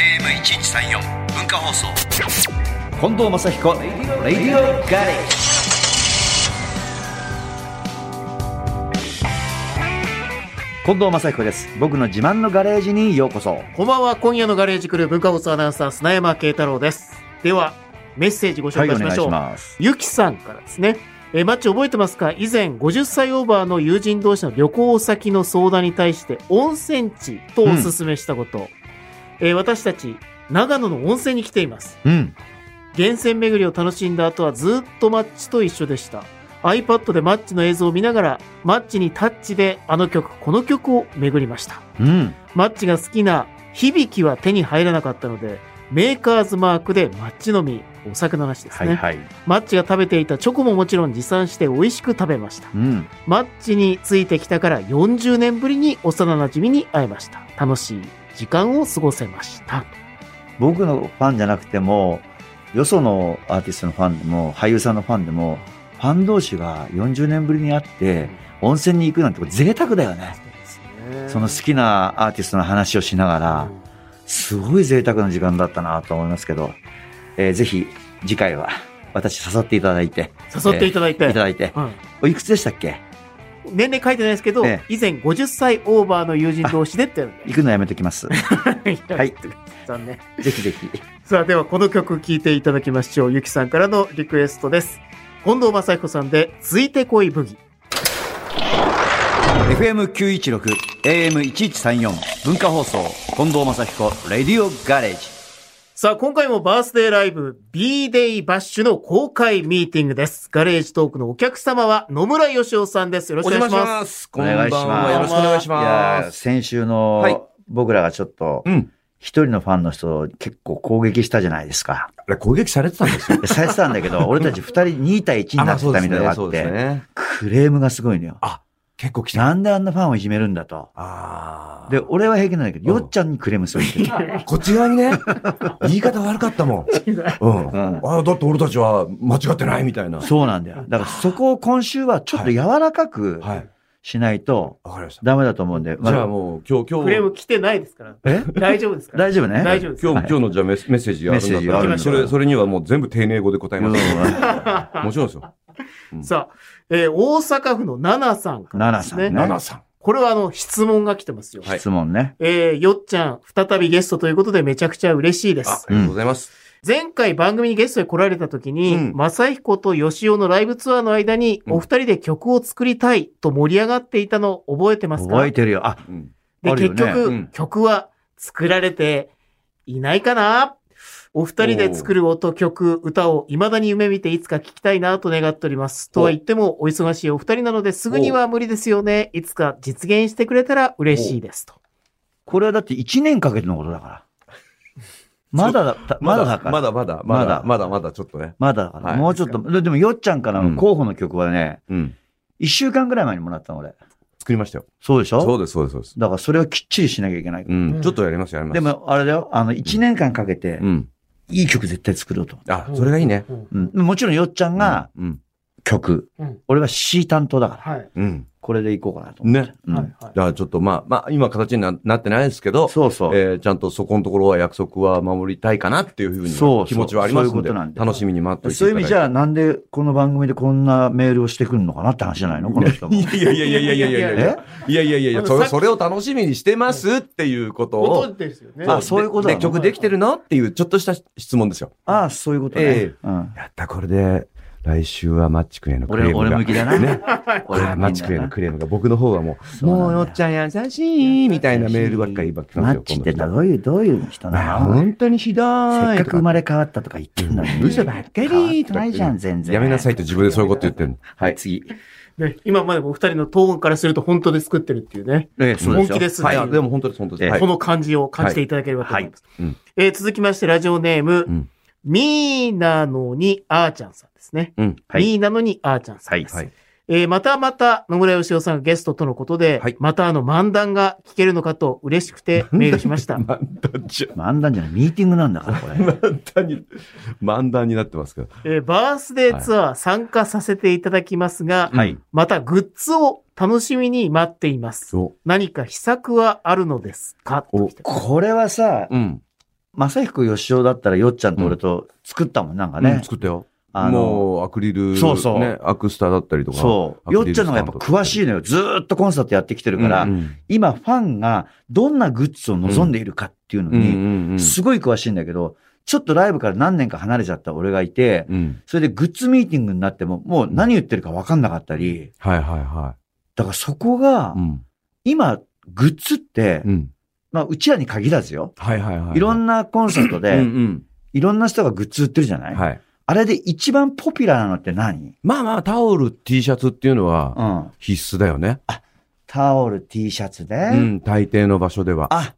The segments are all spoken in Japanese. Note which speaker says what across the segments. Speaker 1: FM1134 文化放送
Speaker 2: 近藤正彦レディオガレージ近藤正彦です僕の自慢のガレージにようこそ
Speaker 3: こんばんは、今夜のガレージクルー文化放送アナウンサー、砂山慶太郎です。では、メッセージご紹
Speaker 2: はい
Speaker 3: 介
Speaker 2: お
Speaker 3: しま
Speaker 2: 願い
Speaker 3: しょ
Speaker 2: し
Speaker 3: う。
Speaker 2: ます
Speaker 3: ゆきさんからですね。えーマッチ覚えてますか以前、50歳オーバーの友人同士の旅行先の相談に対して、温泉地とお勧めしたこと。えー私たち、長野の温泉に来ています。
Speaker 2: うん
Speaker 3: 源泉巡りを楽しんだ後はずっとマッチと一緒でした。iPad でマッチの映像を見ながら、マッチにタッチであの曲、この曲を巡りました。
Speaker 2: うん
Speaker 3: マッチが好きな響きは手に入らなかったので、メーカーズマークでマッチのみ、お酒の話です
Speaker 2: は
Speaker 3: ね、
Speaker 2: いはい、
Speaker 3: マッチが食べていたチョコももちろん持参して美味しく食べました。
Speaker 2: うん
Speaker 3: マッチについてきたから40年ぶりに幼馴染みに会えました。楽しい時間を過ごせました。
Speaker 2: 僕のファンじゃなくてもよそのアーティストのファンでも俳優さんのファンでもファン同士が40年ぶりに会って温泉に行くなんて贅沢だよねその好きなアーティストの話をしながら、すごい贅沢な時間だったなと思いますけど、えーぜひ次回は私誘っていただいて、
Speaker 3: 誘っていただいて、
Speaker 2: いただいて、
Speaker 3: はい
Speaker 2: おいくつでしたっけ
Speaker 3: 年齢書いてないですけど、
Speaker 2: え
Speaker 3: 以前50歳オーバーの友人同士でってやるん
Speaker 2: 行くのやめとき ます。
Speaker 3: で。
Speaker 2: はい。
Speaker 3: 残念。
Speaker 2: ぜひぜひ。
Speaker 3: さあではこの曲聴いていただきましょうゆきさんからのリクエストです近藤正彦さんで「ついてこいブギ
Speaker 2: FM916、AM1134、文化放送、近藤正彦、レディオガレージ。」
Speaker 3: さあ今回もバースデーライブ B-Day バッシュの公開ミーティングですガレージトークのお客様は野村義雄さんですよろしくお願いします
Speaker 4: す。
Speaker 2: お
Speaker 4: こんば
Speaker 2: 願い
Speaker 4: ん
Speaker 2: します
Speaker 4: は。よろしくお願いし
Speaker 2: いや
Speaker 4: ま
Speaker 2: ー
Speaker 4: す。
Speaker 2: 先週の、
Speaker 4: はい
Speaker 2: 僕らがちょっと、
Speaker 4: うん。
Speaker 2: 一人のファンの人を結構攻撃したじゃないですか。
Speaker 4: あれ攻撃されてたんですよ。
Speaker 2: でされてたんだけ ど、俺たち二人2対1になってたみたいなのがあって、
Speaker 4: ね。
Speaker 2: クレームがすごいのよ。
Speaker 4: 結構来た。
Speaker 2: なんであんなファンをいじめるんだと。
Speaker 4: あー
Speaker 2: で、俺は平気なんだけど、
Speaker 4: うん
Speaker 2: よっちゃんにクレームするっていう。
Speaker 4: こっち側に ね、言い方悪かったもん。うん。
Speaker 2: うん
Speaker 4: ああ、だって俺たちは間違ってないみたいな。
Speaker 2: そうなんだよ。だからそこを今週はちょっと柔らかく
Speaker 4: はい。
Speaker 2: しないと
Speaker 4: わかりました。
Speaker 2: ダメだと思うんで。
Speaker 4: じゃあ
Speaker 2: ま
Speaker 4: もう今日、今
Speaker 3: クレーム
Speaker 4: 日、
Speaker 3: 来てないですから
Speaker 2: え
Speaker 3: 大丈夫です
Speaker 2: あ
Speaker 3: から
Speaker 2: 大丈夫ね
Speaker 3: 大丈夫です
Speaker 4: 今日、
Speaker 2: はい
Speaker 4: 今日のじゃあメッメッセージあるんだっ
Speaker 2: メッセージあ
Speaker 4: た
Speaker 2: るん
Speaker 4: ら、
Speaker 2: だ
Speaker 4: それ、それにはもう全部丁寧語で答えます。もちろんですよ。う ん
Speaker 3: さあ、えー大阪府の奈々さんからです
Speaker 2: 奈々さ
Speaker 3: ね
Speaker 2: んね
Speaker 4: ナナさん。
Speaker 3: これはあの質問が来てますよ、
Speaker 4: はい
Speaker 2: 質問ね。
Speaker 3: えーよっちゃん再びゲストということでめちゃくちゃ嬉しいで
Speaker 4: あ、あ
Speaker 3: す
Speaker 4: りがとうございます。
Speaker 3: 前回番組にゲストで来られた時に、
Speaker 4: うん
Speaker 3: 正彦と吉尾のライブツアーの間に、
Speaker 4: うん
Speaker 3: お二人で曲を作りたいと盛り上がっていたの覚えてますか
Speaker 2: 覚えてるよ。あ、
Speaker 4: うん
Speaker 3: で、
Speaker 2: あるよ
Speaker 3: 結
Speaker 2: ね
Speaker 3: 局、
Speaker 4: うん
Speaker 3: 曲は作られていないかなお二人で作る音、曲、歌を未だに夢見ていつか聞きたいなと願っております。とは言っても、お忙しいお二人なのですぐには無理ですよね。いつか実現してくれたら嬉しいですと。
Speaker 2: これはだって1年かけてのことだ から。まだだ、まだだから。
Speaker 4: ま
Speaker 2: まだ
Speaker 4: だまだ、ま
Speaker 2: ま
Speaker 4: だ、まだ、まだ、ちょっとね。
Speaker 2: だから。
Speaker 4: はい
Speaker 2: もうちょっと。ででも、よっちゃんからの候補の曲はね、
Speaker 4: うん。
Speaker 2: 1週間ぐらい前にもらったの、俺。
Speaker 4: 作りましたよ。
Speaker 2: そうでしょ
Speaker 4: そうです、そうです、そうです。
Speaker 2: だから、それはきっちりしなきゃいけない。
Speaker 4: うん。ちょっとやります、やります。
Speaker 2: で、も、あれだよ。あの、1年間かけて
Speaker 4: う、ん。
Speaker 2: いい曲絶対作ろうと。
Speaker 4: あ、それがいいね。
Speaker 3: うん
Speaker 2: うん。もちろん、よっちゃんが、
Speaker 4: うん。
Speaker 2: 曲。
Speaker 3: うん
Speaker 2: 俺は C 担当だから、
Speaker 3: はい。
Speaker 4: うん。
Speaker 2: これでいこうかなと思って。
Speaker 4: ね
Speaker 2: うん
Speaker 3: はいはい
Speaker 4: だからちょっとまあ、まあ、今形にななってないですけど、
Speaker 2: そうそう。
Speaker 4: えーちゃんとそこのところは約束は守りたいかなっていうふう
Speaker 2: そうそ
Speaker 4: に
Speaker 2: う
Speaker 4: 気持ちはあります
Speaker 2: そうい
Speaker 4: の
Speaker 2: うこ
Speaker 4: で、
Speaker 2: となんで
Speaker 4: 楽しみに待っておいて
Speaker 2: そういう意味じ
Speaker 4: ゃ、
Speaker 2: ゃ、なんでこの番組でこんなメールをしてくるのかなって話じゃないのこの人も。
Speaker 4: いやいやいやいやいやいやいや
Speaker 2: え
Speaker 4: いやいやいやい
Speaker 3: あ
Speaker 4: や、
Speaker 3: の
Speaker 4: そ
Speaker 3: さっ
Speaker 4: れ
Speaker 3: き
Speaker 4: それを楽しみにしてますっていうこと
Speaker 3: 音
Speaker 4: を、
Speaker 3: ですよね。
Speaker 2: あそういうことな
Speaker 4: で
Speaker 2: の
Speaker 4: で曲できてるのっていうちょっとした質問ですよ。
Speaker 2: ああ、そういうことね。
Speaker 4: え
Speaker 2: うん、
Speaker 4: やった、これで、来週はマッチ君への
Speaker 2: 俺 俺向きだな。
Speaker 4: ね
Speaker 2: 俺
Speaker 4: あーマッチクへのクレームが、僕の方はもう、
Speaker 2: そうなんだ
Speaker 4: もうよっちゃん優しいみたいなメールばっかり今来ま
Speaker 2: マ
Speaker 4: す
Speaker 2: ッ
Speaker 4: よ。
Speaker 2: チって
Speaker 4: この
Speaker 2: どういう、どういう人
Speaker 4: 人あ
Speaker 2: な
Speaker 4: ー
Speaker 2: の
Speaker 4: 本当にひど
Speaker 2: せ
Speaker 4: い。
Speaker 2: っかく生
Speaker 4: ま
Speaker 2: まれ変わったとか言ってるのに。
Speaker 4: 嘘ばっかり
Speaker 2: 変わってないじゃん、全然。
Speaker 4: やめなさい
Speaker 2: い。
Speaker 4: って自分でそういうこと言ってるの。
Speaker 2: はい、次。
Speaker 3: ね今までもお二人のトーンからすると本当で作ってるっていうね。
Speaker 2: ええそうで
Speaker 3: 本
Speaker 2: すよ
Speaker 3: 気ですね。
Speaker 4: はい、でも本当です、本当です。
Speaker 2: ええ
Speaker 4: はい
Speaker 3: この感じを感じていただければと思います。
Speaker 4: はいうん
Speaker 3: えー続きまして、ラジオネーム、
Speaker 4: うん
Speaker 3: ミーなのにあーちゃんさんですね。
Speaker 4: うん。
Speaker 2: はい
Speaker 3: ミーなのにあーちゃんさんです。
Speaker 2: はい
Speaker 4: はい
Speaker 3: えーまたまた野村義雄さんがゲストとのことで、
Speaker 4: はい
Speaker 3: またあの漫談が聞けるのかと嬉しくてメールしま した。
Speaker 4: 漫談じゃ、
Speaker 2: 漫談じゃない、ミーティングなんだから、これ。
Speaker 4: 漫談に、漫談になってますけど。
Speaker 3: えーバースデーツアー参加させていただきますが、
Speaker 2: はい。
Speaker 3: またグッズを楽しみに待っています。
Speaker 4: そ
Speaker 3: 何か秘策はあるのですか
Speaker 4: お
Speaker 3: と来て
Speaker 2: これはさ
Speaker 4: う。、うん。
Speaker 2: 正彦義雄だったらよっちゃんと俺と作ったもん、なんかね。
Speaker 4: うん作ったよ。
Speaker 2: あの、
Speaker 4: もう、アクリル、
Speaker 2: そうそう
Speaker 4: ね、アクスターだったりとか。
Speaker 2: そう。
Speaker 4: アク
Speaker 2: よ
Speaker 4: リ
Speaker 2: っ
Speaker 4: ル
Speaker 2: ちゃんの方がやっぱ詳しいのよ。ずーっとコンサートやってきてるから、
Speaker 4: うん
Speaker 2: 今ファンがどんなグッズを望んでいるかっていうの
Speaker 4: うんうん
Speaker 2: に、
Speaker 4: うんうん
Speaker 2: すごい詳しいんだけど、ちょっとライブから何年か離れちゃった俺がいて、
Speaker 4: うん。
Speaker 2: それでグッズミーティングになっても、もう何言ってるか分かんなかったり、
Speaker 4: はいはいは
Speaker 2: だからそこが
Speaker 4: い。う、ん。
Speaker 2: 今、グッズって
Speaker 4: う、ん。
Speaker 2: まあ、うちらに限らずよ。
Speaker 4: はいはいはい。
Speaker 2: いろんなコンサート
Speaker 4: うんう
Speaker 2: で、
Speaker 4: ん。
Speaker 2: いろんな人がグッズ売ってるじゃない
Speaker 4: はい。
Speaker 2: あれで一番ポピュラーなのって何
Speaker 4: まあまあ、タオル、T シャツっていうの
Speaker 2: う
Speaker 4: は
Speaker 2: ん。
Speaker 4: 必須だよね。
Speaker 2: タオル、T シャツで。
Speaker 4: うん、大抵の場所では。
Speaker 2: あ、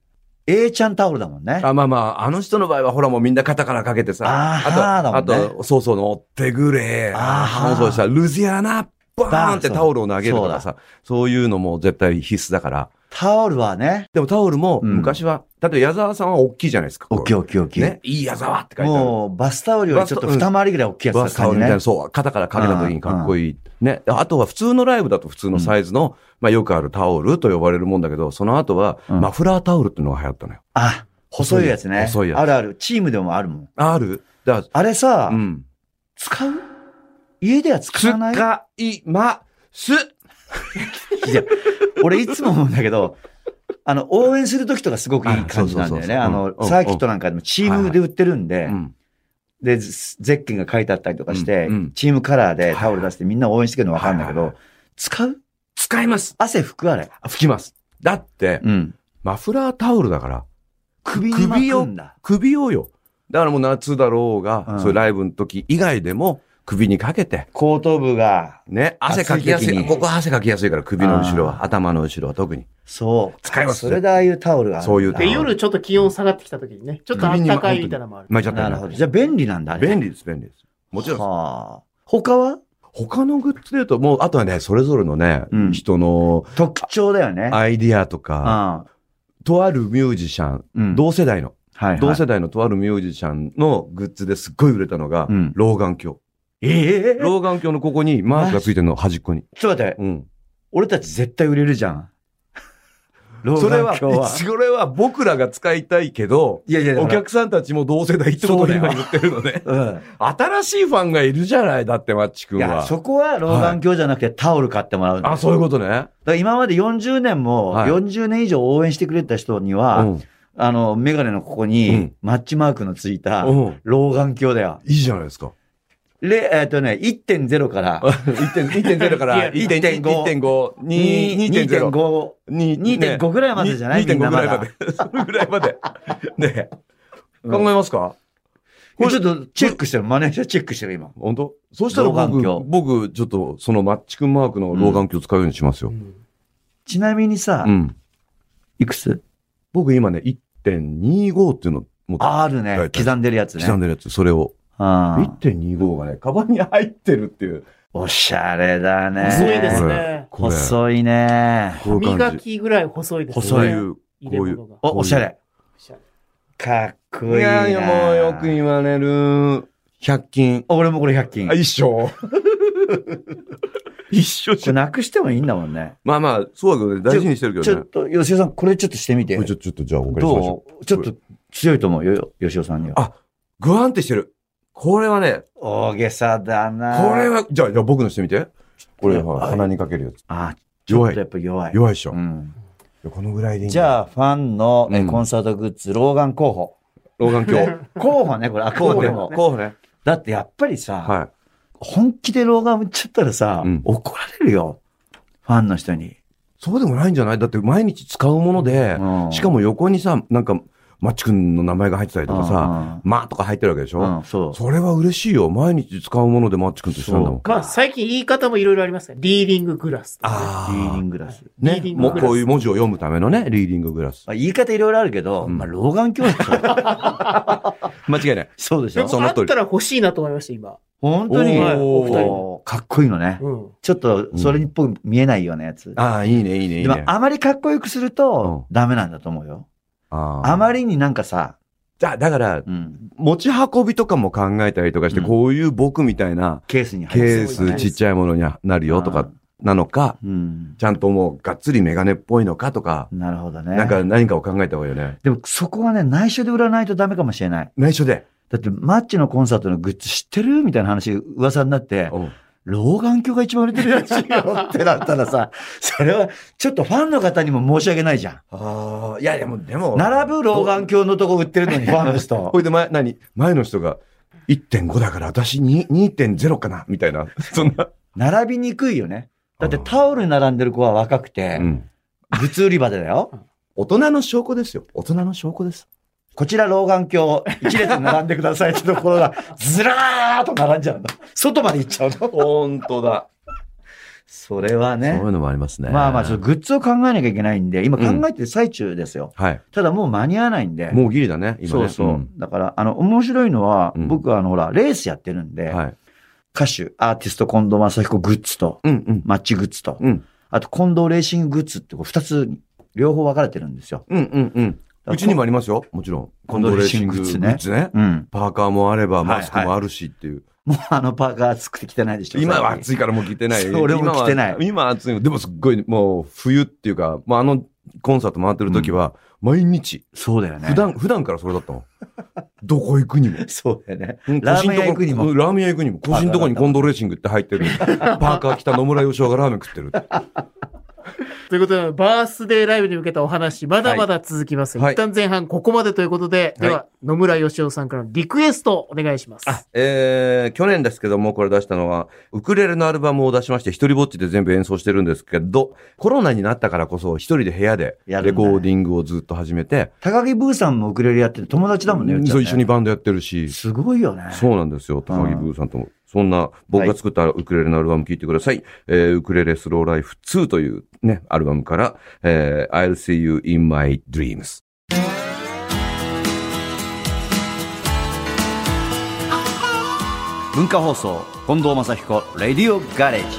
Speaker 2: A ちゃんタオルだもんね。
Speaker 4: あまあまあ、あの人の場合はほらもうみんな肩からかけてさ、
Speaker 2: あー
Speaker 4: あと、
Speaker 2: はーだもんね
Speaker 4: あと、そうそう、乗ってくれ、
Speaker 2: あーはー
Speaker 4: そうしたらルジアナ、バーンってタオルを投げるとかさ、そういうのも絶対必須だから。
Speaker 2: タオルはね、
Speaker 4: でもタオルも
Speaker 2: うん
Speaker 4: 昔は、例えば矢沢さんは大きいじゃないですか。
Speaker 2: オッケーオッケーオッケー。
Speaker 4: ね、いい矢沢って書いてある。
Speaker 2: もう、バスタオルよりちょっと二回りぐらい大きいやつだ
Speaker 4: バスタオルみたいな、
Speaker 2: 感じね。
Speaker 4: そう、肩からかけた時にかっこいい。ね。あとは普通のライブだと普通のサイズの、まあよくあるタオルと呼ばれるもんだけど、その後は
Speaker 2: うん
Speaker 4: マフラータオルっていうのが流行ったのよ。
Speaker 2: あ、細いやつね。
Speaker 4: 細いやつ
Speaker 2: あるある。チームでもあるもん。
Speaker 4: あるだか
Speaker 2: あれさ
Speaker 4: ら、、うん。
Speaker 2: 使う家では使わない
Speaker 4: 使います。
Speaker 2: いや、俺いつも思うんだけど、 あの、応援するときとかすごくいい感じなんだよね。
Speaker 4: あ
Speaker 2: あ
Speaker 4: そうそ
Speaker 2: の
Speaker 4: うそうそううん、うん
Speaker 2: サーキットなんかでもチームで売ってるんで
Speaker 4: う、ん。
Speaker 2: で、ゼゼッケンが書いてあったりとかして
Speaker 4: うんうん、
Speaker 2: チームカラーでタオル出してみんな応援してくれるのわかるんだけ
Speaker 4: はい
Speaker 2: ど、使う
Speaker 4: 使います。
Speaker 2: 汗拭くあれ。
Speaker 4: あ吹きます。だって、
Speaker 2: うん。
Speaker 4: マフラータオルだから、
Speaker 2: 首に巻くんだ。
Speaker 4: 首をよ。だからもう夏だろうが、
Speaker 2: うん
Speaker 4: そういうライブの時以外でも首にかけて、
Speaker 2: 後頭部が、
Speaker 4: ね、汗かきやす
Speaker 2: 暑い時
Speaker 4: い。
Speaker 2: に
Speaker 4: ここは汗かきやすいから、首の後ろ
Speaker 2: あ
Speaker 4: は、頭の後ろは特に。
Speaker 2: そう。
Speaker 4: 使います
Speaker 2: それでああいうタオルがあるんだ。
Speaker 4: そういうタオ
Speaker 3: で、
Speaker 4: ル
Speaker 3: 夜ちょっと気温下がってきた時にね、ちょっとあったかいみたいなのもある。
Speaker 4: 巻いちゃった
Speaker 2: な
Speaker 4: よ
Speaker 2: る
Speaker 4: ね
Speaker 2: ほど。じゃあ便利なんだね。
Speaker 4: 便
Speaker 2: 利。
Speaker 4: 利です、便利です。もちろん、
Speaker 2: はあ。他は
Speaker 4: 他のグッズで言うと、もう、あとはね、それぞれのね、
Speaker 2: うん
Speaker 4: 人の
Speaker 2: 特徴だよね。
Speaker 4: アイディアと
Speaker 2: あ
Speaker 4: か、とあるミュージシャン、
Speaker 2: うん。
Speaker 4: 同世代の、
Speaker 2: はいはい
Speaker 4: 同世代のとあるミュージシャンのグッズですっごい売れたのが
Speaker 2: うん、
Speaker 4: 老眼鏡。
Speaker 2: ええ
Speaker 4: 老眼鏡のここにマークがついてるの、端っこに。
Speaker 2: ちょっと待って。
Speaker 4: うん。
Speaker 2: 俺たち絶対売れるじゃん。老
Speaker 4: それ
Speaker 2: 眼
Speaker 4: は、
Speaker 2: 鏡は。
Speaker 4: それは僕らが使いたいけど、
Speaker 2: いやいや
Speaker 4: お客さんたちも同世代ってことを今言ってるの ね。
Speaker 2: うん。
Speaker 4: 新しいファンがいるじゃない、だってマッチ
Speaker 2: い
Speaker 4: 君
Speaker 2: や、
Speaker 4: は。
Speaker 2: そこは老眼鏡じゃなくてタオル買ってもらうんだよ
Speaker 4: あ、そういうことね。
Speaker 2: だから今まで40年も、
Speaker 4: はい
Speaker 2: 40年以上応援してくれた人には、
Speaker 4: うん
Speaker 2: あの、メガネのここ
Speaker 4: う
Speaker 2: に
Speaker 4: ん、
Speaker 2: マッチマークのついた、
Speaker 4: うん。
Speaker 2: 老眼鏡だよ。
Speaker 4: いいじゃないですか。
Speaker 2: で、えっ、とね、1.0から、
Speaker 4: 1.0か
Speaker 3: いや
Speaker 4: ら1.5、1.5、2 2.0。
Speaker 2: 2.5、2.5ぐらいまでじゃない
Speaker 4: 2.5
Speaker 2: みん
Speaker 4: ぐ
Speaker 2: なま
Speaker 4: らいま
Speaker 2: だ
Speaker 4: で。それぐらいま で。ねえ
Speaker 2: う
Speaker 4: 考
Speaker 2: ん
Speaker 4: えますか
Speaker 2: これちょっとチェックしてる。マネージャーチェックしてる、今。
Speaker 4: 本当そうしたら
Speaker 2: 老眼
Speaker 4: 僕、
Speaker 2: 鏡
Speaker 4: 僕、ちょっと、そのマッチ君マークの老眼鏡使うようにしますよ
Speaker 3: う。ん
Speaker 2: ちなみにさ、
Speaker 4: うん。
Speaker 2: いくつ
Speaker 4: 僕今ね、1.25っていうの持って、
Speaker 2: あるね
Speaker 4: 大。体
Speaker 2: 刻んでるやつね。
Speaker 4: 刻んでるやつ、それを。
Speaker 2: あー
Speaker 4: 1.25がね、カバンに入ってるっていう。
Speaker 2: おしゃれだね。
Speaker 3: 細いです
Speaker 4: こ
Speaker 3: ね
Speaker 4: れ。これ
Speaker 2: 細いね。
Speaker 4: こういう
Speaker 3: 磨
Speaker 4: 感じ。
Speaker 3: きぐらい細いですね。
Speaker 4: こう
Speaker 2: 細
Speaker 4: い、
Speaker 2: いう
Speaker 3: 入れ
Speaker 4: こうい
Speaker 3: 物
Speaker 4: う。
Speaker 3: が。
Speaker 2: お、おしゃれ。かっこいいな。
Speaker 4: いやいや、もうよく言われる、100均。
Speaker 2: 俺もこれ100均。
Speaker 4: 一緒。 一緒
Speaker 2: これなくしてもいいんだもんね。
Speaker 4: まあまあ、そうだけどね、大事にしてるけ
Speaker 2: ちょ
Speaker 4: どね
Speaker 2: っ。と、吉尾さん、これちょっとしてみて。
Speaker 4: これちょっと、ちょっと、じゃあお借りしましょ
Speaker 2: どうちょっと強いと思うよ、吉尾さんには。
Speaker 4: あう。グワンってしてる。これはね、
Speaker 2: 大げさだな。
Speaker 4: これ。は、じゃあ、じゃあ僕のしてみて。これは
Speaker 2: はい
Speaker 4: 鼻にかけるやつ。
Speaker 2: あ、ちょ
Speaker 4: 弱
Speaker 2: っとや
Speaker 4: い。
Speaker 2: っぱ弱い。
Speaker 4: 弱いでしょ
Speaker 2: う。ん。
Speaker 4: いやこのぐらいでいい
Speaker 2: じゃあ、ファンのえ
Speaker 4: うん
Speaker 2: コンサートグッズ、老眼候補。
Speaker 4: あ、老眼 鏡。
Speaker 2: 候補ね、これ、あくまでも。
Speaker 4: 候補ね。
Speaker 2: だってやっぱりさ、
Speaker 4: は
Speaker 2: 本気で老眼打っちゃったらさ
Speaker 4: うん、
Speaker 2: 怒られるよ。ファンの人に。
Speaker 4: い。そうでもないんじゃないだって毎日使うもので、しか
Speaker 2: も、
Speaker 4: も横にさ、なんか、マッチ君の名前が入ってたりとかさ、
Speaker 2: さ、
Speaker 4: まあとか入ってるわけでし
Speaker 2: う
Speaker 4: ょ
Speaker 2: ん、そう。
Speaker 4: それは嬉しいよ。毎日使うものでマッチ君としたんだもん。
Speaker 3: まあ、最近言い方もいろいろありますね。リーディンググラスとかね。
Speaker 2: リーディ
Speaker 4: あ
Speaker 2: ングラス。
Speaker 4: あ。
Speaker 3: リ
Speaker 4: ね
Speaker 3: ーディン、グ
Speaker 4: もうこういう
Speaker 3: グ
Speaker 4: 文字を読むためのね、リーディンググラス。
Speaker 2: まあ、言い方いろいろあるけど、
Speaker 4: うん
Speaker 2: まあ、老眼鏡だと
Speaker 4: 間違いない。
Speaker 2: そうでし
Speaker 3: で
Speaker 2: ょ
Speaker 3: も
Speaker 4: その
Speaker 3: あっ
Speaker 4: 通り
Speaker 3: たら欲しいなと思いました、今。
Speaker 2: 本当に
Speaker 3: おー
Speaker 2: お二人
Speaker 3: も。
Speaker 2: かっこいいのね。
Speaker 3: うん。
Speaker 2: ちょっと、それにっぽく見えないようなやつ。
Speaker 4: ああ、いいね、いいね、いい
Speaker 2: でも
Speaker 4: ね。、
Speaker 2: あまりかっこよくすると、ダメなんだと思うよ。あ
Speaker 4: あ
Speaker 2: まりになんかさ、
Speaker 4: じゃあ、だから、
Speaker 2: うん、
Speaker 4: 持ち運びとかも考えたりとかして、
Speaker 2: うん
Speaker 4: こういう僕みたいな
Speaker 2: ケースに入
Speaker 4: ケー
Speaker 2: る
Speaker 3: そうです
Speaker 4: ス、
Speaker 3: ね
Speaker 4: ちっちゃいものになるよとか、なのか、
Speaker 2: うん。
Speaker 4: ちゃんともう、がっつりメガネっぽいのかとか、
Speaker 2: なるほどね。
Speaker 4: なんか何かを考えた方がいいよね。
Speaker 2: でもそこはね、内緒で売らないとダメかもしれない。
Speaker 4: 内緒で。
Speaker 2: だって、マッチのコンサートのグッズ知ってるみたいな話、噂になって、老眼鏡が一番売れてるらしいよってなったら さ、それはちょっとファンの方にも申し訳ないじゃ
Speaker 4: ああ、いや、でも、でも
Speaker 2: ん。並ぶ老眼鏡のとこ売ってるのにファンの 人
Speaker 4: こ。れで前、何前の人が、1.5だから私に2.0かなみたいな。そんな。
Speaker 2: 並びにくいよね。だってタオルに並んでる子は若くて、
Speaker 4: うん。
Speaker 2: グッズ売り場でだよ。
Speaker 4: 大人の証拠ですよ。大人の証拠です。
Speaker 2: こちら老眼鏡、一列に並んでくださいってところが、ずらーっと並んじゃうの。外まで行っちゃうの。
Speaker 4: 本当だ。
Speaker 2: それは
Speaker 4: そう
Speaker 2: ね
Speaker 4: い。うのもありますね。
Speaker 2: まあまあ、ちょっとグッズを考えなきゃいけないんで、今考えてる最中ですよ。
Speaker 4: はい。
Speaker 2: ただもう間に合わないんで。
Speaker 4: もうギリだね、今ね。
Speaker 2: そうそう。
Speaker 4: ん
Speaker 2: だから、あの、面白いのは、
Speaker 4: うん
Speaker 2: 僕はあの、ほら、レースやってるんで、
Speaker 4: はい。
Speaker 2: 歌手、アーティスト近藤正彦グッズと、
Speaker 4: うんうん。
Speaker 2: マッチグッズと、
Speaker 4: うん
Speaker 2: あと近藤レーシンググッズってこう二つ、両方分かれてるんですよ。
Speaker 4: うんうんうん。うちにもありますよ。もちろん。
Speaker 2: コンドレーシンググッズね
Speaker 4: コンドレーシンググッズね
Speaker 2: うん。
Speaker 4: パーカーもあれば、
Speaker 2: はいはい
Speaker 4: マスクもあるしっていう。
Speaker 2: もうあのパーカー作ってきてないでしょ。
Speaker 4: 今
Speaker 2: 最
Speaker 4: は
Speaker 2: 近
Speaker 4: 暑いからもう着てない。
Speaker 2: そう俺も着てない
Speaker 4: 今は今は暑いの。でもすっごい、もう冬っていうか、まああのコンサート回ってる時は、毎日、
Speaker 2: そうだよね。
Speaker 4: 普。段、普段からそれだったの。どこ行くにも。
Speaker 2: そうだよね。
Speaker 4: う ん
Speaker 2: ラーメン屋行くにも
Speaker 4: 個人とこうんラーメン屋行くにも。個人とこにコンドレーシングって入ってる。 パーカー着た野村義雄がラーメン食ってる。
Speaker 3: ということで、バースデーライブに向けたお話、まだまだ続きます。
Speaker 4: はい
Speaker 3: 一旦前半ここまでということで、
Speaker 4: はい
Speaker 3: では、野村義雄さんからのリクエストお願いします。
Speaker 4: あ、えー、去年ですけども、これ出したのは、ウクレレのアルバムを出しまして、一人ぼっちで全部演奏してるんですけど、コロナになったからこそ、一人で部屋で、
Speaker 2: や
Speaker 4: レ
Speaker 2: るんだ
Speaker 4: コ
Speaker 2: ね
Speaker 4: ーディングをずっと始めて、
Speaker 2: 高木ブーさんもウクレレやってて友達だもんね、うちは
Speaker 4: そう
Speaker 2: ね
Speaker 4: 一緒に。バンドやってるし、
Speaker 2: すごいよね。
Speaker 4: そうなんですよ、高木ブーさんとも。そんな、僕が作ったウクレレのアルバム聴いてください。えーウクレレスローライフ2というね、アルバムから、えー I'll see you in my dreams。
Speaker 2: 文化放送、近藤正彦、レディオガレージ。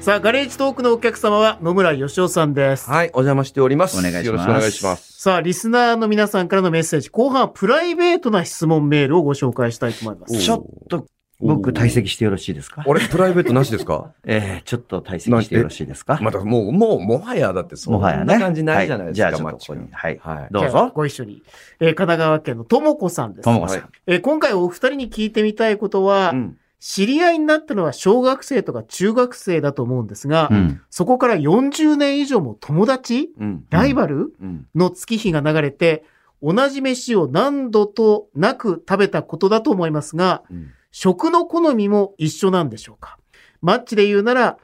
Speaker 3: さあ、ガレージトークのお客様は野村義雄さんです。
Speaker 4: はい、お邪魔しております。
Speaker 2: お願いします
Speaker 4: よろしくお願いします。
Speaker 3: さあ、リスナーの皆さんからのメッセージ、後半はプライベートな質問メールをご紹介したいと思います。
Speaker 2: ちょっと、僕退席してよろしいですか
Speaker 4: 俺、プライベートなしですか
Speaker 2: えー、ちょっと退席してよろしいですか
Speaker 4: まだもう、もう、もはやだってそ
Speaker 2: も
Speaker 4: ん
Speaker 2: はやね。
Speaker 4: な感じないじゃないですか、
Speaker 2: はじゃあちょっと
Speaker 4: マッチ
Speaker 2: ここに
Speaker 4: 君。
Speaker 2: はい。
Speaker 4: はい。
Speaker 2: どう
Speaker 3: じゃあ
Speaker 2: ぞ。
Speaker 3: ご一緒に。えー神奈川県のともこさんです
Speaker 2: と。もこさん。
Speaker 4: は
Speaker 3: えー今回お二人に聞いてみたいことは、
Speaker 4: うん
Speaker 3: 知り合いになったのは小学生とか中学生だと思うんですが、
Speaker 2: うん。
Speaker 3: そこから40年以上も友達
Speaker 4: うん。
Speaker 3: ライバル、
Speaker 4: うん。
Speaker 3: の月日が流れて、同じ飯を何度となく食べたことだと思いますが、
Speaker 4: うん
Speaker 3: 食の好みも一緒なんでしょうかマッチで言うなら、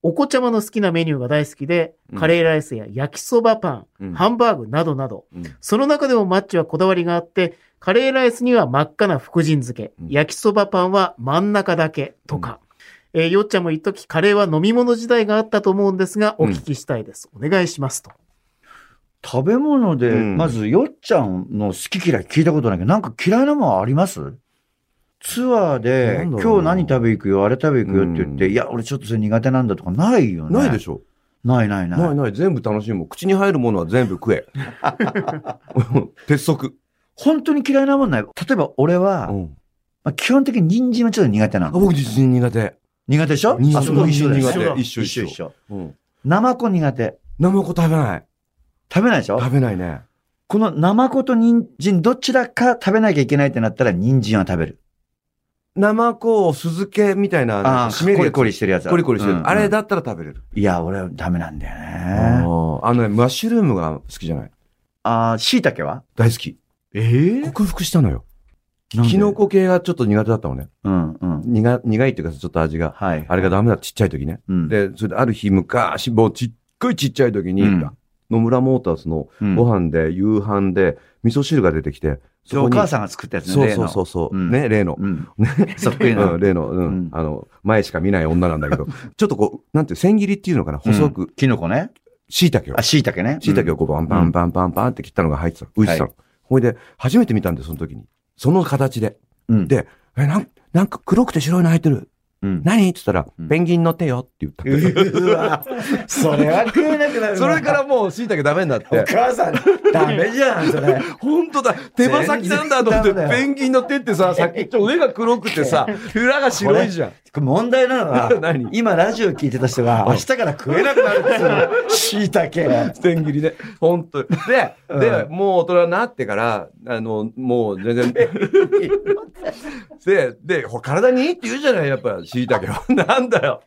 Speaker 3: お子ちゃまの好きなメニューが大好きで、
Speaker 4: うん
Speaker 3: カレーライスや焼きそばパン、
Speaker 4: うん
Speaker 3: ハンバーグなどなど、
Speaker 4: うん
Speaker 3: その中でもマッチはこだわりがあって、カレーライスには真っ赤な福神漬け、
Speaker 4: うん
Speaker 3: 焼きそばパンは真ん中だけとか、えーよっちゃんも一時カレーは飲み物時代があったと思うんですが、お聞きしたいです。お願いしますと。
Speaker 2: 食べ物で、
Speaker 4: うん
Speaker 2: まず、よっちゃんの好き嫌い聞いたことないけど、なんか嫌いなもんありますツアーで、
Speaker 4: なん
Speaker 2: 今
Speaker 4: だろう
Speaker 2: 日何食べ行くよ、あれ食べ行くよって言って、
Speaker 4: うん
Speaker 2: いや、俺ちょっとそれ苦手なんだとか、ないよね。
Speaker 4: ないで
Speaker 2: ょ。
Speaker 4: しょ。
Speaker 2: ないないない。
Speaker 4: ないない。全部楽しいもん。口に入るものは全部 食え。鉄則。
Speaker 2: 本当に嫌いなもんない。例えば俺は、
Speaker 4: うん
Speaker 2: まあ、基本的に人参はちょっと苦手な
Speaker 4: あ
Speaker 2: の。
Speaker 4: 僕、自信苦手。
Speaker 2: 苦手でしょ
Speaker 4: 人参
Speaker 2: あそこ一緒だよ
Speaker 4: 人
Speaker 3: 参
Speaker 4: 苦
Speaker 3: ね
Speaker 4: 手。一緒
Speaker 2: 一緒
Speaker 4: 一
Speaker 2: 一
Speaker 4: 緒。
Speaker 2: 緒。
Speaker 4: うん。
Speaker 2: ナマコ苦手。
Speaker 4: ナマコ食べない。
Speaker 2: 食べないでしょ
Speaker 4: 食べないね。
Speaker 2: このナマコと人参どちらか食べなきゃいけないってなったら人参は食べる。
Speaker 4: ナマコを酢漬けみたいな、
Speaker 2: ああ、
Speaker 4: 締める
Speaker 2: コ
Speaker 4: や
Speaker 2: リ
Speaker 4: つ
Speaker 2: コリしてるやつ。
Speaker 4: コリコリして
Speaker 2: うんう
Speaker 4: る。
Speaker 2: ん
Speaker 4: あれ。だったら食べれる。
Speaker 2: いや、俺はダメなんだよ
Speaker 4: あ
Speaker 2: ね。
Speaker 4: ーあのね、マッシュルームが好きじゃない。
Speaker 2: ああ、椎茸は
Speaker 4: 大好き。
Speaker 2: ええ
Speaker 4: 克服したのよ。キノ。コ系がちょっと苦手だったのね。
Speaker 2: うんうん。
Speaker 4: 苦、苦いっていうか、ちょっと味が。
Speaker 2: はい。
Speaker 4: あれがダメだ、ちっちゃい時ね。
Speaker 2: うん、
Speaker 4: で、それである日昔、もうちっごいちっちゃい時に、
Speaker 2: うん
Speaker 4: 野村モータースの
Speaker 2: うん、
Speaker 4: ご飯で、夕飯で、味噌汁が出てきて、
Speaker 2: それお母
Speaker 4: ん
Speaker 2: さんが作ったやつね。
Speaker 4: そう
Speaker 2: 例
Speaker 4: そう
Speaker 2: の
Speaker 4: そうそう、
Speaker 2: うん
Speaker 4: ね、例の。
Speaker 2: うん。そっくり
Speaker 4: う
Speaker 2: の
Speaker 4: ん、。例の、うん、
Speaker 2: うん
Speaker 4: あの、前しか見ない女なんだけ ど、ちょっとこう、なんていう、千切りっていうのかな、細
Speaker 2: うん
Speaker 4: く、
Speaker 2: キノコね。
Speaker 4: 椎茸を
Speaker 2: あ、、椎茸ね。
Speaker 4: 椎茸をこう、バンバンバンバンバンって切ったのが入ってたの、浮いてたの。ほいで、初めて見たんで、その時に。その形で。
Speaker 2: うん
Speaker 4: で、え、なん、なんか黒くて白いの入ってる。
Speaker 2: うん。
Speaker 4: 何って言ったら、
Speaker 2: うん
Speaker 4: ペンギンの手よって 言った。
Speaker 2: うわ、それは食えなくなるな。
Speaker 4: それからもう、椎茸ダメにな
Speaker 2: お
Speaker 4: って。
Speaker 2: 母さん、ダメじゃん、それ。
Speaker 4: 本当だ手羽先なんだと思って、
Speaker 2: 全然ダメだよ
Speaker 4: ペンギンの手って さ、先っちょ上が黒くて さ、裏が白いじゃん。
Speaker 2: 問題なのは
Speaker 4: 何、
Speaker 2: 今ラジオ聞いてた人が、明日から食えなくなるっていうの。しいたけ。
Speaker 4: 千切りで。本当に。で、
Speaker 2: うん
Speaker 4: で、もう大人になってから、あの、もう全 然。で、で、ほら体にいいって言うじゃない、やっぱ、椎茸は。 なんだよ。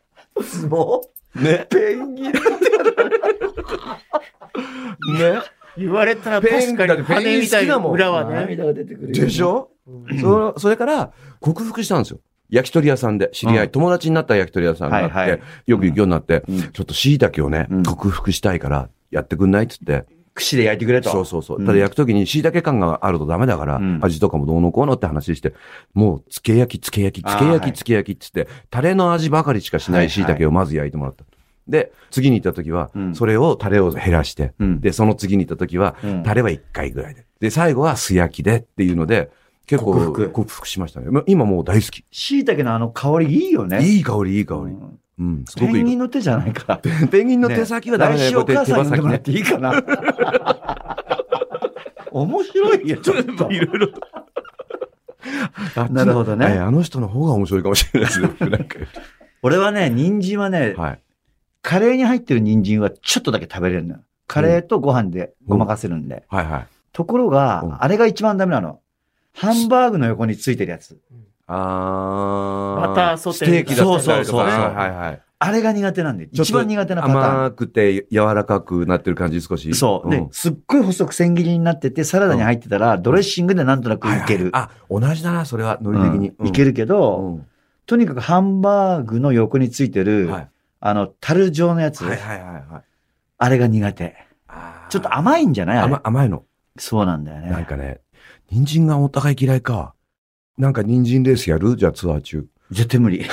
Speaker 2: も
Speaker 4: ね。
Speaker 2: う、ペンギン。
Speaker 4: ね。
Speaker 3: 言われたら
Speaker 4: ペン
Speaker 3: 確かに
Speaker 4: だってペンギ
Speaker 3: 羽み
Speaker 4: ン
Speaker 3: たいな
Speaker 4: 好きだもん
Speaker 3: 裏はね。
Speaker 2: 涙が出てくる。
Speaker 4: でしょ
Speaker 3: うん
Speaker 4: そのそれから、克服したんですよ。焼き鳥屋さんで、知り合い、
Speaker 2: うん
Speaker 4: 友達になった焼き鳥屋さんがあって、
Speaker 2: はいはい
Speaker 4: よく行くようになって、
Speaker 2: うん
Speaker 4: ちょっと椎茸をね、
Speaker 2: うん
Speaker 4: 克服したいから、やってくんないっつって、
Speaker 2: 串で焼いてくれと。
Speaker 4: そうそうそう。
Speaker 2: うん
Speaker 4: ただ焼くときに椎茸感があるとダメだから、
Speaker 2: うん
Speaker 4: 味とかもどうのこうのって話して、もう、つけ焼き、つけ焼き、つけ
Speaker 2: あー
Speaker 4: 焼
Speaker 2: はい
Speaker 4: き、つけ焼きっつって、タレの味ばかりしかしない椎
Speaker 2: はい
Speaker 4: 茸をまず焼いてもらった。で、次に行ったときは
Speaker 2: う、ん
Speaker 4: それをタレを減らして、
Speaker 2: うん
Speaker 4: で、その次に行ったときは、
Speaker 2: うん
Speaker 4: タレは1回ぐらいで。で、最後は素焼きでっていうので、結構
Speaker 2: 克服
Speaker 4: 克服しましたね。ま今もう大好き。
Speaker 2: しいたけのあの香りいいよね。い
Speaker 4: いい香り、いい香り。うん、すごく
Speaker 2: ペ
Speaker 4: い
Speaker 2: ンギ
Speaker 4: い
Speaker 2: ン。の手じゃないから。
Speaker 4: ペンギンの手先はダメだ
Speaker 2: 来週
Speaker 4: よ、
Speaker 2: お
Speaker 4: こうやっ
Speaker 2: 母
Speaker 4: て
Speaker 2: さ
Speaker 4: 手
Speaker 2: ん
Speaker 4: 羽
Speaker 2: 呼んでもらっ
Speaker 4: 先ね。
Speaker 2: ていいかな。 面白いよ、ちょっと。
Speaker 4: いろいろと。
Speaker 2: なるほどね
Speaker 4: えーあの人の方が面白いかもしれないですね。 なんか
Speaker 2: 俺はね、人参はね、
Speaker 4: はい。
Speaker 2: カレーに入ってる人参はちょっとだけ食べれるのよ。カレーとご飯でごまかせるんで。
Speaker 4: はいはい。
Speaker 2: ところ
Speaker 4: うん
Speaker 2: が、あれが一番ダメなの。ハンバーグの横についてるやつ。
Speaker 4: あー
Speaker 3: バターソテー
Speaker 4: ステーキだったり
Speaker 2: そ
Speaker 4: と
Speaker 2: うそうそう
Speaker 4: かねはいはいはい。
Speaker 2: あれが苦手なんで、
Speaker 4: ちょっと
Speaker 2: 一番苦手なパターン。
Speaker 4: 甘くて柔らかくなってる感じ少し。
Speaker 2: そう。で
Speaker 4: ん、
Speaker 2: すっごい細く千切りになってて、サラダに入ってたら、ドレッシングでなんとなくいける。
Speaker 4: あ、同じだな、それは、ノ
Speaker 2: う
Speaker 4: リ的に
Speaker 2: ん。いけ
Speaker 4: る。
Speaker 2: るけど、
Speaker 4: うん
Speaker 2: とにかくハンバーグの横についてる
Speaker 4: は、い
Speaker 2: あの、樽状のやつ
Speaker 4: は。いはいはいはい
Speaker 2: あれが苦手。
Speaker 4: あー。
Speaker 2: ちょっと甘いんじゃないあれ
Speaker 4: 甘甘いの。
Speaker 2: そうなんだよ
Speaker 4: なん
Speaker 2: ね。
Speaker 4: かね、人参がお互い嫌いか。なんか人参レースやるじゃあツアー中。
Speaker 2: 絶対無理。
Speaker 4: ね、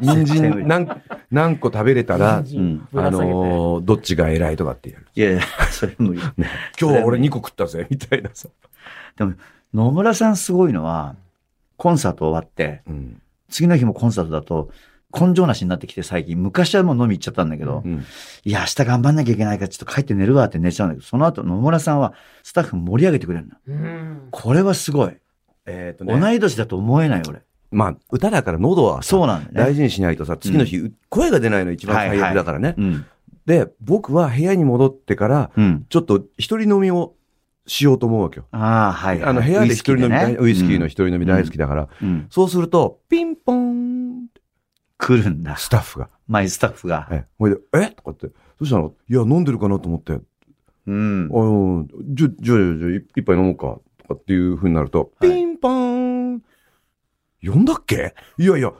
Speaker 4: 人
Speaker 2: 絶対無理
Speaker 4: 参何、何個食べれたら、
Speaker 3: 人
Speaker 2: うん
Speaker 3: 参ぶら
Speaker 4: あ
Speaker 3: 下げて
Speaker 4: のーどっちが偉いとかってやる。
Speaker 2: いやいや、それ無理。
Speaker 4: 今日は俺2個食ったぜ、 みたいなさ。
Speaker 2: 野村さんすごいのは、コンサート終わって、
Speaker 4: うん。
Speaker 2: 次の日もコンサートだと、根性なしになってきて最近、昔はもう飲み行っちゃったんだけど、
Speaker 4: うん
Speaker 2: いや、明日頑張んなきゃいけないから、ちょっと帰って寝るわって寝ちゃうんだけど、その後野村さんはスタッフ盛り上げてくれるの。
Speaker 3: うん
Speaker 2: これはすごい。
Speaker 4: えっと
Speaker 2: 同い年だと思えない俺。
Speaker 4: まあ、歌だから喉はさ
Speaker 2: そうなんだよ
Speaker 4: 大
Speaker 2: ね。
Speaker 4: 事にしないとさ、次の日、声が出ないの一番最悪だからね。
Speaker 2: うん。
Speaker 4: で、僕は部屋に戻ってから、
Speaker 2: うん。
Speaker 4: ちょっと一人飲みをしようと思うわけよ。
Speaker 2: ああ、はい、はい。
Speaker 4: あの、部屋で一人飲み大、ウイスキーの
Speaker 2: 人。
Speaker 4: 一人飲み大好きだから、
Speaker 2: うんうん。
Speaker 4: そうすると、ピンポーン
Speaker 2: 来るんだ。
Speaker 4: スタッフが。
Speaker 2: マイスタッフが。
Speaker 4: え、ほいで、えとかって、どうしたのいや、飲んでるかなと思って、
Speaker 2: うん。
Speaker 4: あの、じゃ、じゃあ、じゃあ、じゃあ一杯飲もうか、とかっていう風になると、
Speaker 2: はい
Speaker 4: ピンポーン呼んだっけいやいや、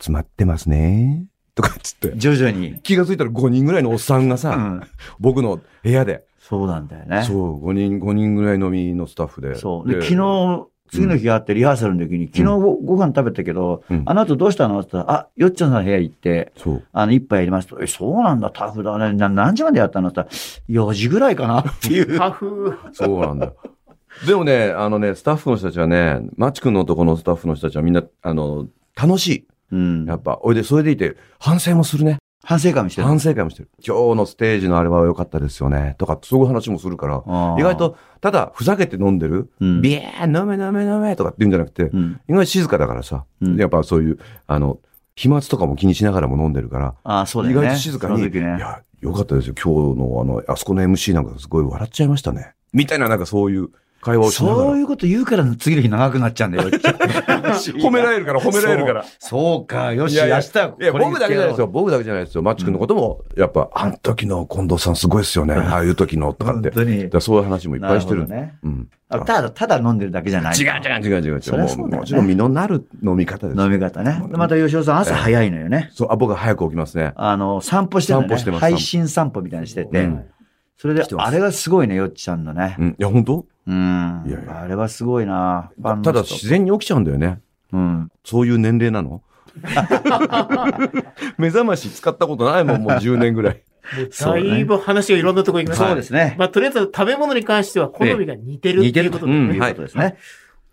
Speaker 4: 集まってますね。とかっつって。
Speaker 2: 徐々に。
Speaker 4: 気がついたら5人ぐらいのおっさんが
Speaker 2: う
Speaker 4: さ、
Speaker 2: ん。
Speaker 4: 僕の部屋で、
Speaker 2: そうなんだよね。
Speaker 4: そう、5人、5人ぐらいのみのスタッフで。
Speaker 2: そう。で、
Speaker 4: で
Speaker 2: 昨日、次の日があって、リハーサルの時に、昨日ごご飯食べたけど、
Speaker 4: うん
Speaker 2: あの後どうしたのって言ったら、あ、よっちゃんさんの部屋行って、
Speaker 4: そう。
Speaker 2: あの、一杯やりますと、え、そうなんだ、タフだね。な何時までやったのって言ったら、4時ぐらいか なっていう。
Speaker 3: タフ。
Speaker 4: そうなんだよ。でもね、あのね、スタッフの人たちはね、マチ君のとこのスタッフの人たちはみんな、あの、楽しい。
Speaker 2: うん
Speaker 4: や。っぱ。おいで、それでいて、反省もするね。
Speaker 2: 反省会もしてる。
Speaker 4: 反省会もしてる。今日のステージのあれは良かったですよね。とか、そういう話もするから、
Speaker 2: あー
Speaker 4: 意外、と、ただ、ふざけて飲んでる、
Speaker 2: うん
Speaker 4: ビャー飲め飲め飲めとかって言うんじゃなくて、
Speaker 2: うん。
Speaker 4: 意外に静かだからさ、
Speaker 2: うん
Speaker 4: やっぱそういう、あの、飛沫とかも気にしながらも飲んでるから、
Speaker 2: あーそうだ
Speaker 4: 意
Speaker 2: よね。
Speaker 4: 外と静かに、
Speaker 2: その時
Speaker 4: い
Speaker 2: ね。
Speaker 4: や、良かったですよ。今日のあの、あそこの MC なんかすごい笑っちゃいましたね。みたいな、なんかそういう会話をしなが
Speaker 2: そう
Speaker 4: ら。
Speaker 2: いうこと言うから、次の日長くなっちゃうん だよ。 褒
Speaker 4: 褒められるから、褒められるから。
Speaker 2: そう。そうか、よし、
Speaker 4: いやいや
Speaker 2: 明日はこ
Speaker 4: い
Speaker 2: れ
Speaker 4: や、
Speaker 2: 言ってやろう
Speaker 4: 僕だけじゃないですよ。。僕だけじゃないですよ。マッチ君のことも、やっぱ、あの時の近藤さんすごいですよね。ああいう時の、とかっ
Speaker 2: 本
Speaker 4: て。だか
Speaker 2: 当に。
Speaker 4: らそういう話もいっぱいしてる。
Speaker 2: なほどね。
Speaker 4: うん。
Speaker 2: あただ、ただ飲んでるだけじゃない。
Speaker 4: 違う違う違う違う違う。
Speaker 2: そりゃそうだよ
Speaker 4: もう
Speaker 2: ね
Speaker 4: もちろん身のなる飲み方です。
Speaker 2: 飲み方ね。でまた吉尾さん朝早いのよね。
Speaker 4: そう、あ、僕は早く起きますね。
Speaker 2: あの、散歩してるの
Speaker 4: 散
Speaker 2: ね
Speaker 4: 歩してます
Speaker 2: 配信散歩みたいにしてて。
Speaker 4: うん
Speaker 2: それで
Speaker 4: して、ます
Speaker 2: あれがすごいね、よっちさんのね
Speaker 4: う。ん。いや、本当
Speaker 2: うん。
Speaker 4: いやいや
Speaker 2: あれはすごいな。ファンの
Speaker 4: ただ
Speaker 2: 人
Speaker 4: 自然に起きちゃうんだよね。
Speaker 2: うん。
Speaker 4: そういう 年齢なの目覚まし使ったことないもん、もう10年ぐらい。
Speaker 3: もうだいぶ話がいろんなところ行きました。
Speaker 2: そうですね。
Speaker 3: まあ、とりあえず食べ物に関しては好みが似てる
Speaker 2: 似
Speaker 3: っ
Speaker 2: て
Speaker 3: てい
Speaker 2: る
Speaker 3: うことと
Speaker 2: い
Speaker 3: で、
Speaker 2: う
Speaker 4: は
Speaker 2: ことですね。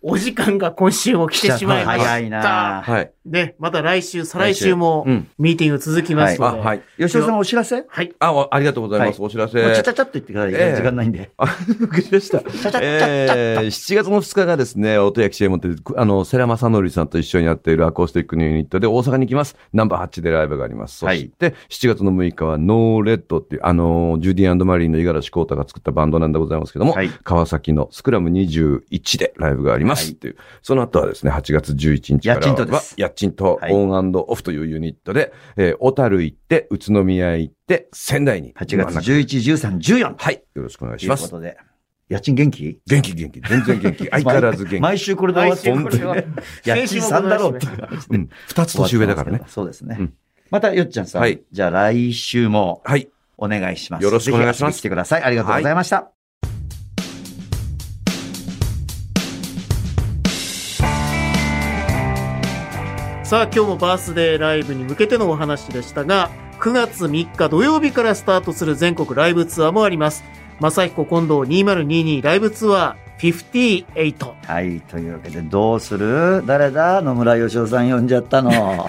Speaker 3: お時間が今週も来てしまいました。
Speaker 2: 早いなぁ
Speaker 4: はい。
Speaker 3: で、また来週、再来週も
Speaker 4: 来週うん
Speaker 3: ミーティング続きます
Speaker 4: あ、
Speaker 3: ので。
Speaker 4: はい。
Speaker 2: 吉田さんお知らせ
Speaker 3: はい。
Speaker 4: あ、わありがとうございます。お知らせ。
Speaker 2: もうちゃちゃちゃっと言ってください。
Speaker 4: ええ
Speaker 2: 時間ないんで。
Speaker 4: あ、わかりました。えー、7月の2日がですね、音焼き CM って、あの、世良正則さんと一緒にやっているアコースティックのユニットで大阪に行きます。ナンバー8でライブがあります。そ
Speaker 2: はい
Speaker 4: して、7月の6日はノーレッドっていう、あの、ジュディマリーの五十嵐光太が作ったバンドなんでございますけども、
Speaker 2: はい
Speaker 4: 川崎のスクラム21でライブがあります。
Speaker 2: はい
Speaker 4: っていう。その後はですね、8月11日か
Speaker 2: やっ
Speaker 4: らは、
Speaker 2: ちんとです
Speaker 4: やっちんと、
Speaker 2: はい
Speaker 4: オンオフというユニットで、えー、小樽行って、宇都宮行って、仙台に。
Speaker 2: 8月11、13、14と
Speaker 4: はい。よろしくお願いし
Speaker 2: いう
Speaker 4: ま
Speaker 2: こ
Speaker 4: す。
Speaker 2: とで。家賃元気
Speaker 4: 元気元気。全然元気。相変わらず元 気。
Speaker 2: 毎週これで終わって
Speaker 3: 毎週これで終わ
Speaker 2: 家賃さんだろうっていう話で。
Speaker 4: うん。二つ年上だからね。。
Speaker 2: そうですね。
Speaker 4: うん
Speaker 2: また、よっちゃんさん。
Speaker 4: はい
Speaker 2: じゃあ来週も
Speaker 4: はい。
Speaker 2: お願いします。
Speaker 4: よろしくお願いしま
Speaker 2: ぜひ遊び
Speaker 4: す
Speaker 2: に来てください。ありがとうございました。
Speaker 3: さあ、今日もバースデーライブに向けてのお話でしたが、9月3日土曜日からスタートする全国ライブツアーもあります。正彦近藤2022ライブツアー58。
Speaker 2: はい。というわけで、どうする誰だ野村義雄さん呼んじゃったの。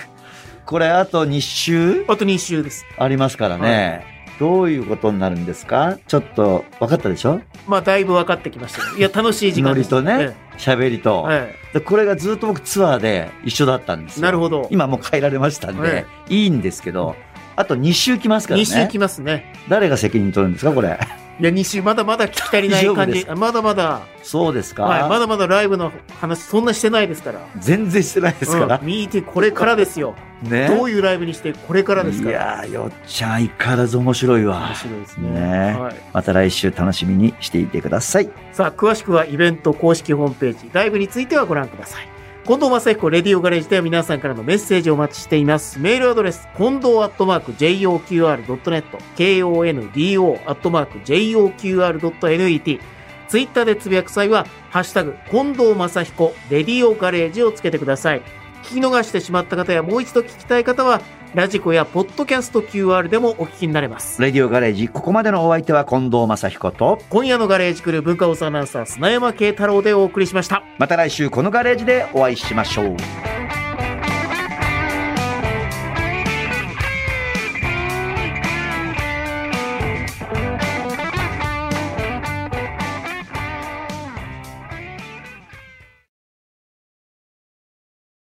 Speaker 2: これ、あと2週
Speaker 3: あと2週です。
Speaker 2: ありますからね。どういうことになるんですかちょっと、分かったでしょ
Speaker 3: まあ、だいぶ分かってきました。いや、楽しい時間
Speaker 2: ノ
Speaker 3: で
Speaker 2: リ
Speaker 3: す。
Speaker 2: とね、喋り
Speaker 3: ええ。
Speaker 2: と。
Speaker 3: はい。
Speaker 2: でこれがずっと僕ツアーで一緒だったんですよ
Speaker 3: なるほど。
Speaker 2: 今もう変えられましたんで
Speaker 3: え、
Speaker 2: いいんですけど、あと2週来ますから
Speaker 3: 2週
Speaker 2: ね
Speaker 3: 来。ますね。
Speaker 2: 誰が責任取るんですか、これ。
Speaker 3: いや、2週まだまだ聞き足りない
Speaker 2: 大丈
Speaker 3: 感
Speaker 2: 夫で
Speaker 3: じ
Speaker 2: す。か
Speaker 3: まだまだ、
Speaker 2: そうですか、
Speaker 3: はい、まだまだライブの話そんなしてないですから。
Speaker 2: 全然してないですから
Speaker 3: うん。ミーティングこれからですよ。
Speaker 2: ね。
Speaker 3: どういうライブにしてこれからですから。
Speaker 2: いやー、よっちゃん、相変わらず面白いわ
Speaker 3: 面。白いですね
Speaker 2: ね
Speaker 3: はい、
Speaker 2: また来週楽しみにしていてください。
Speaker 3: さあ詳しくはイベント公式ホームページライブについてはご覧ください近藤正彦レディオガレージでは皆さんからのメッセージをお待ちしていますメールアドレス近藤アットマーク JOQR.net KONDO アットマーク JOQR.net ツイッターでつぶやく際は「ハッシュタグ近藤正彦レディオガレージ」をつけてください聞き逃してしまった方やもう一度聞きたい方はラジコやポッドキャスト QR でもお聞きになれます
Speaker 2: レディオガレージ、ここまでのお相手は近藤正彦と、
Speaker 3: 今夜のガレージクルー文化放送アナウンサー砂山慶太郎でお送りしました
Speaker 2: また来週このガレージでお会いしましょう。